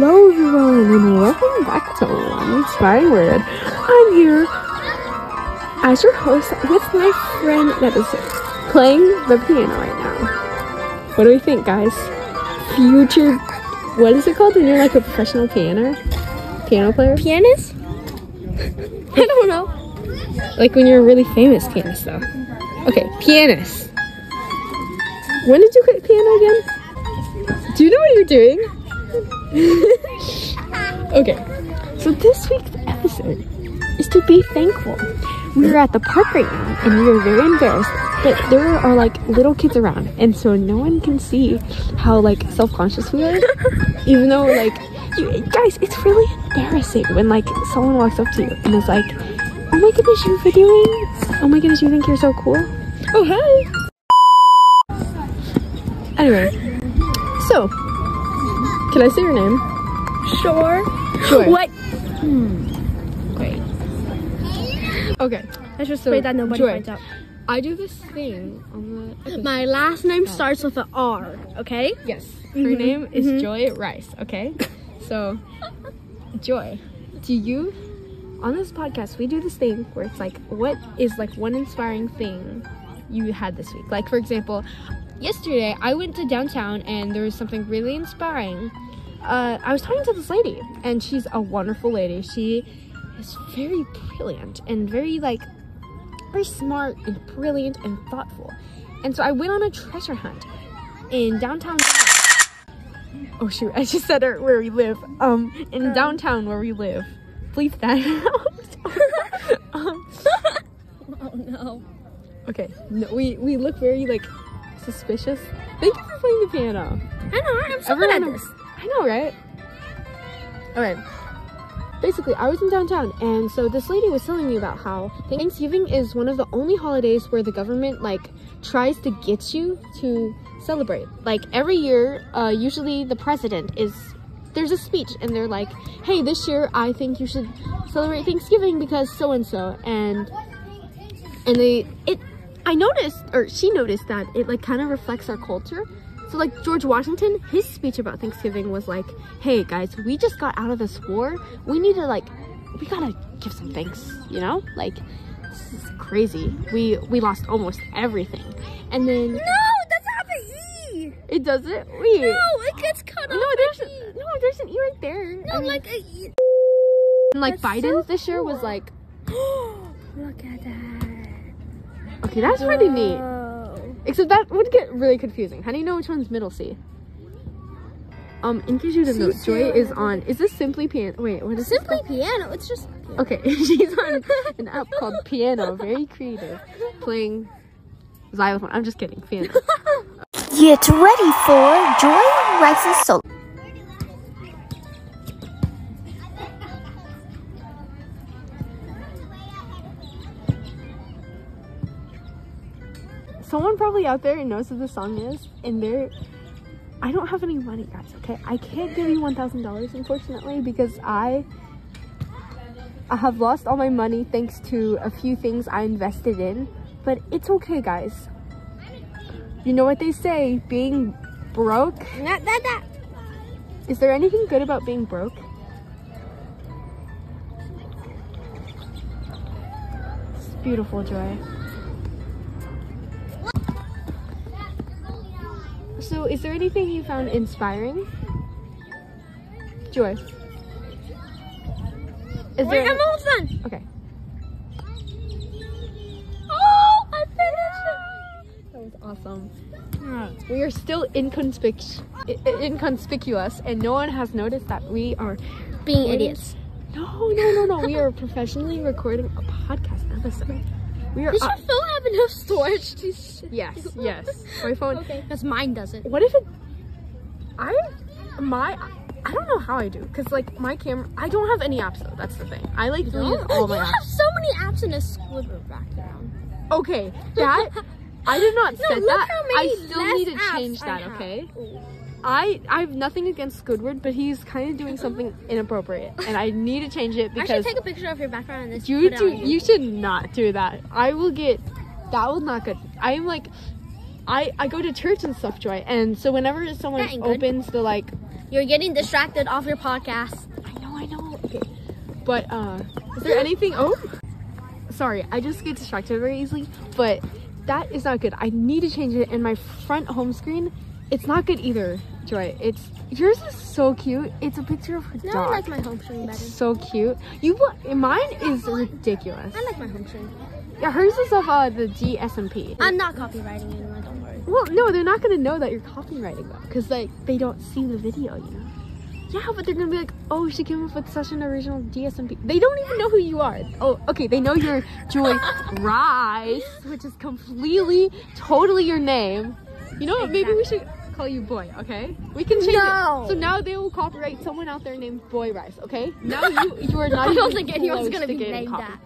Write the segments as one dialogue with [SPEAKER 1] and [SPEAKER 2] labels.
[SPEAKER 1] Hello, and welcome back to Lunch by Word. I'm here as your host with my friend that is playing the piano right now. What do we think, guys? Future, what is it called when you're like a professional piano, piano player?
[SPEAKER 2] Pianist? I don't know.
[SPEAKER 1] Like when you're a really famous pianist, though. Okay, pianist. When did you quit piano again? Do you know what you're doing? okay, so this week's episode is to be thankful. We were at the park right now and we were very embarrassed that there are like little kids around, and so no one can see how like self conscious we are, even though like. You, guys, it's really embarrassing when like someone walks up to you and is like, "Oh my goodness, you're videoing! Oh my goodness, you think you're so cool!" Oh hi. Anyway, so can I say your name?
[SPEAKER 2] Sure.
[SPEAKER 1] Sure.
[SPEAKER 2] What?
[SPEAKER 1] Great. Okay,
[SPEAKER 2] Let's just
[SPEAKER 1] So,
[SPEAKER 2] pray that nobody
[SPEAKER 1] Joy.
[SPEAKER 2] finds out.
[SPEAKER 1] I do this thing on the. okay.
[SPEAKER 2] My last name starts with an R, okay?
[SPEAKER 1] Yes, her name is Joy Rice. Okay, so Joy, do you? On this podcast, we do this thing where it's like, what is like one inspiring thing you had this week? Like, for example, yesterday I went to downtown and there was something really inspiring. Uh, I was talking to this lady, and she's a wonderful lady. She is very brilliant and very like very smart and brilliant and thoughtful. And so I went on a treasure hunt in downtown. Oh shoot! I just said it where we live. Um, in downtown where we live. Bleep that out. um,
[SPEAKER 2] Oh no.
[SPEAKER 1] okay. No, we we look very like suspicious. Thank you for playing the piano.
[SPEAKER 2] I know, I'm so good at this.
[SPEAKER 1] I know, right? All right. Basically, I was in downtown, and so this lady was telling me about how Thanksgiving is one of the only holidays where the government like tries to get you to celebrate. Like every year, uh, usually the president is there's a speech, and they're like, "Hey, this year I think you should celebrate Thanksgiving because so and so," and and they it i noticed or she noticed that it like kind of reflects our culture so like george washington his speech about thanksgiving was like hey guys we just got out of this war we need to like we gotta give some thanks you know like this is crazy we we lost almost everything and then
[SPEAKER 2] No, that's not the E.
[SPEAKER 1] it doesn't wait
[SPEAKER 2] it gets cut
[SPEAKER 1] no there's no there's an e right there
[SPEAKER 2] No, like a E.
[SPEAKER 1] and like
[SPEAKER 2] that's so
[SPEAKER 1] biden's this year was
[SPEAKER 2] cool.
[SPEAKER 1] like
[SPEAKER 2] Look at that.
[SPEAKER 1] okay that's pretty neat
[SPEAKER 2] Whoa.
[SPEAKER 1] Except that would get really confusing. How do you know which one's middle C? Um, in case you didn't know,
[SPEAKER 2] She's
[SPEAKER 1] Joy
[SPEAKER 2] doing
[SPEAKER 1] is on. Is this simply piano? Wait, what is this
[SPEAKER 2] Simply piano. It's just.
[SPEAKER 1] called? Okay, she's on an app called Piano. Very creative, playing xylophone. I'm just kidding, piano.
[SPEAKER 3] Get ready for Joy Rice's solo.
[SPEAKER 1] Someone probably out there knows what this song is, and they're. I don't have any money, guys. Okay, I can't give you one thousand dollars, unfortunately, because I. I have lost all my money thanks to a few things I invested in, but it's okay, guys. You know what they say, being broke.
[SPEAKER 2] Not that, that.
[SPEAKER 1] Is there anything good about being broke? It's beautiful, Joy. So, is there anything you found inspiring? Joy. Is
[SPEAKER 2] Wait,
[SPEAKER 1] there
[SPEAKER 2] I'm almost done.
[SPEAKER 1] Okay.
[SPEAKER 2] Oh, I finished
[SPEAKER 1] That was awesome.
[SPEAKER 2] it.
[SPEAKER 1] We are still inconspic- i- i- inconspicuous, and no one has noticed that we are
[SPEAKER 2] Being idiots.
[SPEAKER 1] No, no, no, no. We are professionally recording a podcast episode. We are.
[SPEAKER 2] Does
[SPEAKER 1] up-
[SPEAKER 2] your phone have enough storage? to-
[SPEAKER 1] yes, yes. My phone.
[SPEAKER 2] Okay. Because mine doesn't.
[SPEAKER 1] What if it? I, my, I don't know how I do, cause like my camera. I don't have any apps though. That's the thing. I like delete all my
[SPEAKER 2] you
[SPEAKER 1] apps.
[SPEAKER 2] have so many apps in a squidward background.
[SPEAKER 1] Okay, that. I did not
[SPEAKER 2] No,
[SPEAKER 1] set
[SPEAKER 2] look
[SPEAKER 1] that.
[SPEAKER 2] how many
[SPEAKER 1] I still
[SPEAKER 2] less
[SPEAKER 1] need to
[SPEAKER 2] apps
[SPEAKER 1] change
[SPEAKER 2] I
[SPEAKER 1] that.
[SPEAKER 2] have.
[SPEAKER 1] Okay. I I have nothing against Squidward, but he's kind of doing something inappropriate, and I need to change it
[SPEAKER 2] I
[SPEAKER 1] because
[SPEAKER 2] should take a picture of your background and this.
[SPEAKER 1] You
[SPEAKER 2] put it
[SPEAKER 1] do.
[SPEAKER 2] on
[SPEAKER 1] You should not do that. I will get. That was not good. I am like, I I go to church and stuff, Joy, and so whenever someone
[SPEAKER 2] That ain't good.
[SPEAKER 1] opens the like
[SPEAKER 2] You're getting distracted off your podcast.
[SPEAKER 1] I know, I know. Okay. But uh is there anything oh sorry, I just get distracted very easily, but that is not good. I need to change it and my front home screen, it's not good either, Joy. It's yours is so cute. It's a picture of her
[SPEAKER 2] No,
[SPEAKER 1] dog.
[SPEAKER 2] I like my home screen better.
[SPEAKER 1] so cute. You wa- mine is ridiculous.
[SPEAKER 2] I like my home screen.
[SPEAKER 1] Yeah, hers is of uh, the GSMP.
[SPEAKER 2] I'm not copywriting anyone, don't worry.
[SPEAKER 1] Well, no, they're not gonna know that you're copywriting though, because like they don't see the video, you know. Yeah, but they're gonna be like, oh, she came up with such an original DSMP. They don't even know who you are. Oh, okay, they know you're Joy Rice, which is completely, totally your name. You know what? Maybe we should call you Boy. Okay, we can change
[SPEAKER 2] No.
[SPEAKER 1] it. So now they will copyright someone out there named Boy Rice. Okay, now you you are not.
[SPEAKER 2] I don't
[SPEAKER 1] even
[SPEAKER 2] think anyone's
[SPEAKER 1] close
[SPEAKER 2] gonna
[SPEAKER 1] to
[SPEAKER 2] be
[SPEAKER 1] getting
[SPEAKER 2] named
[SPEAKER 1] copied.
[SPEAKER 2] that.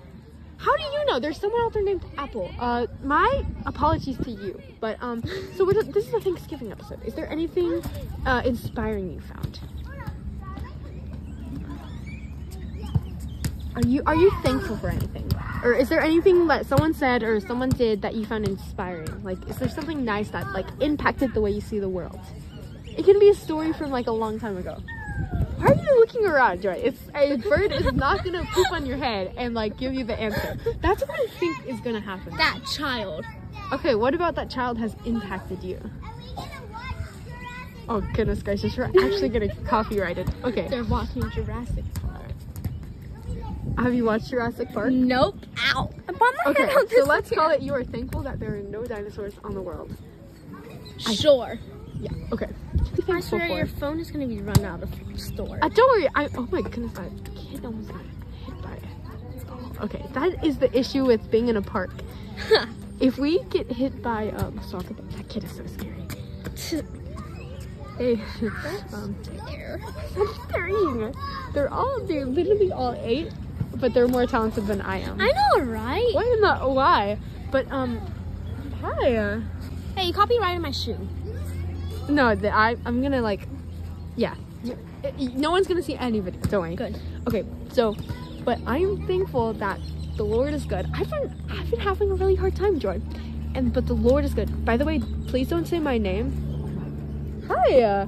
[SPEAKER 1] How do you know? There's someone out there named Apple. Uh, my apologies to you, but um, so we're, this is a Thanksgiving episode. Is there anything uh, inspiring you found? Are you are you thankful for anything, or is there anything that someone said or someone did that you found inspiring? Like, is there something nice that like impacted the way you see the world? It can be a story from like a long time ago. Why are you looking around, Joy? It's a bird is not gonna poop on your head and like give you the answer. That's what I think is gonna happen.
[SPEAKER 2] That child.
[SPEAKER 1] Okay, what about that child has impacted you? Oh goodness gracious, we're actually gonna copyright it. Okay.
[SPEAKER 2] They're watching Jurassic Park.
[SPEAKER 1] Have you watched Jurassic Park?
[SPEAKER 2] Nope. Ow. I bought my
[SPEAKER 1] Okay,
[SPEAKER 2] head on
[SPEAKER 1] so
[SPEAKER 2] this.
[SPEAKER 1] let's call it you are thankful that there are no dinosaurs on the world.
[SPEAKER 2] sure.
[SPEAKER 1] Yeah, okay.
[SPEAKER 2] I swear your phone is gonna be run out of storage.
[SPEAKER 1] Uh, don't worry. I oh my goodness, that kid almost got hit by a ball. Okay, that is the issue with being in a park. if we get hit by um, a soccer ball, that kid is so scary. They, um, they're eating. They're all they're literally all eight, but they're more talented than I am.
[SPEAKER 2] I know, right?
[SPEAKER 1] Why in the why? But um, hi. uh,
[SPEAKER 2] Hey, you copyrighted my shoe.
[SPEAKER 1] No, the, I I'm gonna like, yeah. Y- y- No one's gonna see any video. Don't worry.
[SPEAKER 2] Good.
[SPEAKER 1] Okay, so, but I'm thankful that the Lord is good. I've been I've been having a really hard time, Joy, and but the Lord is good. By the way, please don't say my name. Hi. uh,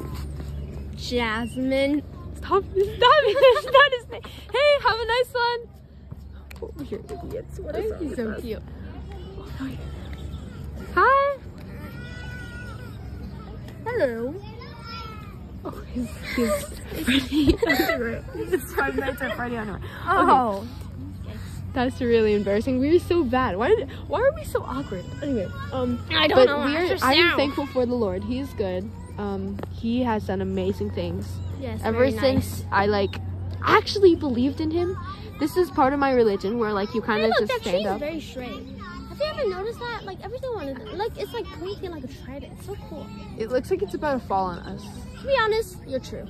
[SPEAKER 2] Jasmine.
[SPEAKER 1] Stop! Stop! It's not his name. Hey, have a nice one. Oh, you're idiots. What is
[SPEAKER 2] He's so cute.
[SPEAKER 1] Hi.
[SPEAKER 2] Hello.
[SPEAKER 1] Oh, he's, he's Freddy. it's Five Nights at Freddy on
[SPEAKER 2] Oh.
[SPEAKER 1] That's really embarrassing. We are so bad. Why did, why are we so awkward? Anyway, um
[SPEAKER 2] I don't
[SPEAKER 1] but
[SPEAKER 2] know.
[SPEAKER 1] we're
[SPEAKER 2] After
[SPEAKER 1] I'm
[SPEAKER 2] sound.
[SPEAKER 1] thankful for the Lord. He is good. Um he has done amazing things.
[SPEAKER 2] Yes.
[SPEAKER 1] Ever
[SPEAKER 2] very nice.
[SPEAKER 1] since I like actually believed in him. This is part of my religion where like you kind
[SPEAKER 2] Hey,
[SPEAKER 1] of
[SPEAKER 2] look,
[SPEAKER 1] just
[SPEAKER 2] that
[SPEAKER 1] stand
[SPEAKER 2] tree's
[SPEAKER 1] up.
[SPEAKER 2] very straight. Have you ever noticed that? Like every single one of them, like it's like pointing like a trident. It's so cool.
[SPEAKER 1] It looks like it's about to fall on us.
[SPEAKER 2] To be honest, you're true.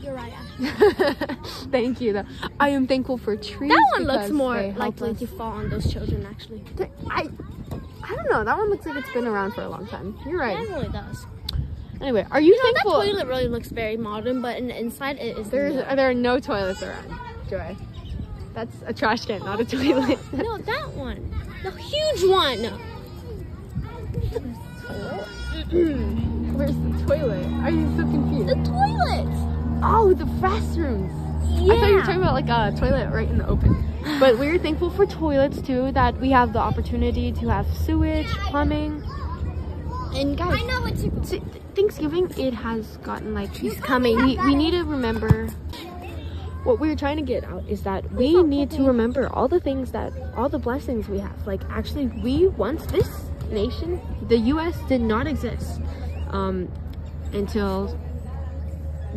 [SPEAKER 2] You're right. Actually.
[SPEAKER 1] Thank you. Though. I am thankful for trees.
[SPEAKER 2] That one looks
[SPEAKER 1] because they
[SPEAKER 2] more
[SPEAKER 1] help
[SPEAKER 2] likely
[SPEAKER 1] us.
[SPEAKER 2] to fall on those children. Actually,
[SPEAKER 1] I I don't know. That one looks like it's been around for a long time. You're right.
[SPEAKER 2] it really does.
[SPEAKER 1] Anyway, are you,
[SPEAKER 2] You know, that
[SPEAKER 1] thankful?
[SPEAKER 2] toilet really looks very modern, but in the inside it is.
[SPEAKER 1] There's
[SPEAKER 2] not.
[SPEAKER 1] there are no toilets around, Joy. That's a trash can, not a toilet.
[SPEAKER 2] no that one, the huge one.
[SPEAKER 1] Hmm. Where's the toilet? Are you so
[SPEAKER 2] The
[SPEAKER 1] confused?
[SPEAKER 2] toilet.
[SPEAKER 1] Oh, the restrooms.
[SPEAKER 2] Yeah.
[SPEAKER 1] I thought you were talking about like a toilet right in the open. But we're thankful for toilets too. That we have the opportunity to have sewage, plumbing, and guys.
[SPEAKER 2] know what you.
[SPEAKER 1] Th- Thanksgiving, it has gotten like he's coming. We, we need to remember. What we're trying to get out is that we need to remember all the things that all the blessings we have. Like actually, we once this nation, the U.S. did not exist um, until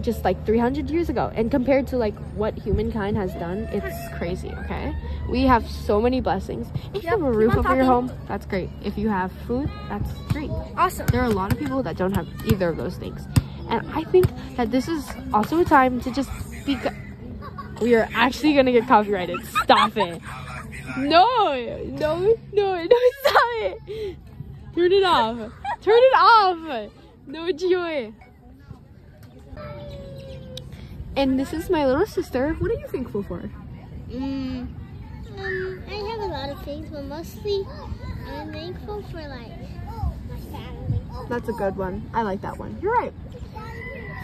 [SPEAKER 1] just like 300 years ago. And compared to like what humankind has done, it's crazy. Okay, we have so many blessings. If you have a roof
[SPEAKER 2] on
[SPEAKER 1] over your
[SPEAKER 2] talking.
[SPEAKER 1] home, that's great. If you have food, that's great
[SPEAKER 2] Awesome.
[SPEAKER 1] there are a lot of people that don't have either of those things. And I think that this is also a time to just be. We are actually gonna get copyrighted. Stop it. No, no, no, no, stop it. Turn it off. Turn it off. No joy. And this is my little sister. What are you thankful for?
[SPEAKER 4] Mm. Um, I have a lot of things, but mostly I'm thankful for like my family.
[SPEAKER 1] That's a good one. I like that one. You're right.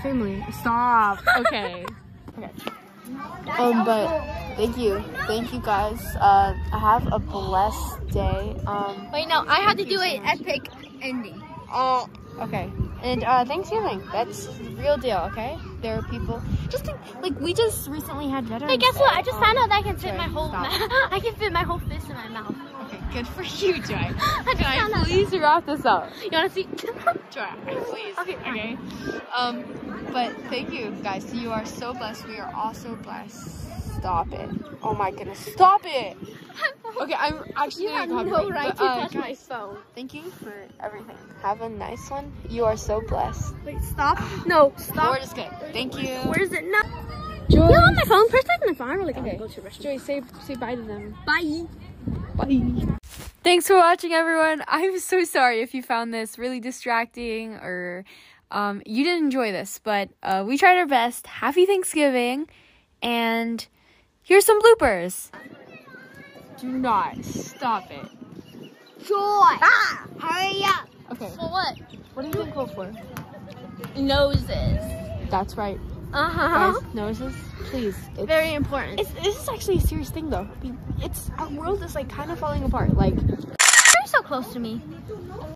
[SPEAKER 1] family. Stop. Okay. okay. Um, but thank you, thank you guys. Uh, have a blessed day. Um.
[SPEAKER 5] Wait, no, I had to do an epic ending.
[SPEAKER 1] Oh. Okay. And uh, Thanksgiving. That's the real deal. Okay. There are people. Just think, like we just recently had veterans.
[SPEAKER 2] Hey, guess what?
[SPEAKER 1] Day.
[SPEAKER 2] I just
[SPEAKER 1] Um,
[SPEAKER 2] found out that I can fit
[SPEAKER 1] sorry,
[SPEAKER 2] my whole
[SPEAKER 1] stop.
[SPEAKER 2] mouth. I can fit my whole fist in my mouth.
[SPEAKER 1] Okay. Good for you, Joy.
[SPEAKER 2] I just found out.
[SPEAKER 1] Please wrap this up.
[SPEAKER 2] You wanna see?
[SPEAKER 1] Joy, please. Okay. Okay. Um, but thank you guys. You are so blessed. We are also blessed. Stop it. Oh my goodness. Stop it. Okay, I'm actually.
[SPEAKER 2] You have
[SPEAKER 1] gonna
[SPEAKER 2] no
[SPEAKER 1] copyright, but,
[SPEAKER 2] right to
[SPEAKER 4] Oh,
[SPEAKER 1] uh,
[SPEAKER 2] touch my phone.
[SPEAKER 1] Thank you for everything. Have a nice one. You are so blessed.
[SPEAKER 2] Wait, stop. No,
[SPEAKER 1] We're
[SPEAKER 2] stop.
[SPEAKER 1] just good. Thank you.
[SPEAKER 2] Where is it? No.
[SPEAKER 1] Joy,
[SPEAKER 2] You're on my phone. First time in the phone. Like, I'm
[SPEAKER 1] Okay.
[SPEAKER 2] gonna go to the restroom.
[SPEAKER 1] Joy, say say bye to them.
[SPEAKER 2] Bye.
[SPEAKER 6] Thanks for watching, everyone. I'm so sorry if you found this really distracting or um, you didn't enjoy this, but uh, we tried our best. Happy Thanksgiving, and here's some bloopers.
[SPEAKER 1] Do not stop it.
[SPEAKER 4] Joy! Ah, hurry up!
[SPEAKER 1] Okay.
[SPEAKER 2] For what?
[SPEAKER 1] What are you thankful for?
[SPEAKER 2] Noses.
[SPEAKER 1] That's right.
[SPEAKER 2] Uh
[SPEAKER 4] Uh-huh.
[SPEAKER 2] huh.
[SPEAKER 1] Guys, noses, please. It's-
[SPEAKER 2] Very important.
[SPEAKER 1] It's, this is actually a serious thing, though. I mean, It's our world is like kind of falling apart. Like
[SPEAKER 2] You're so close to me.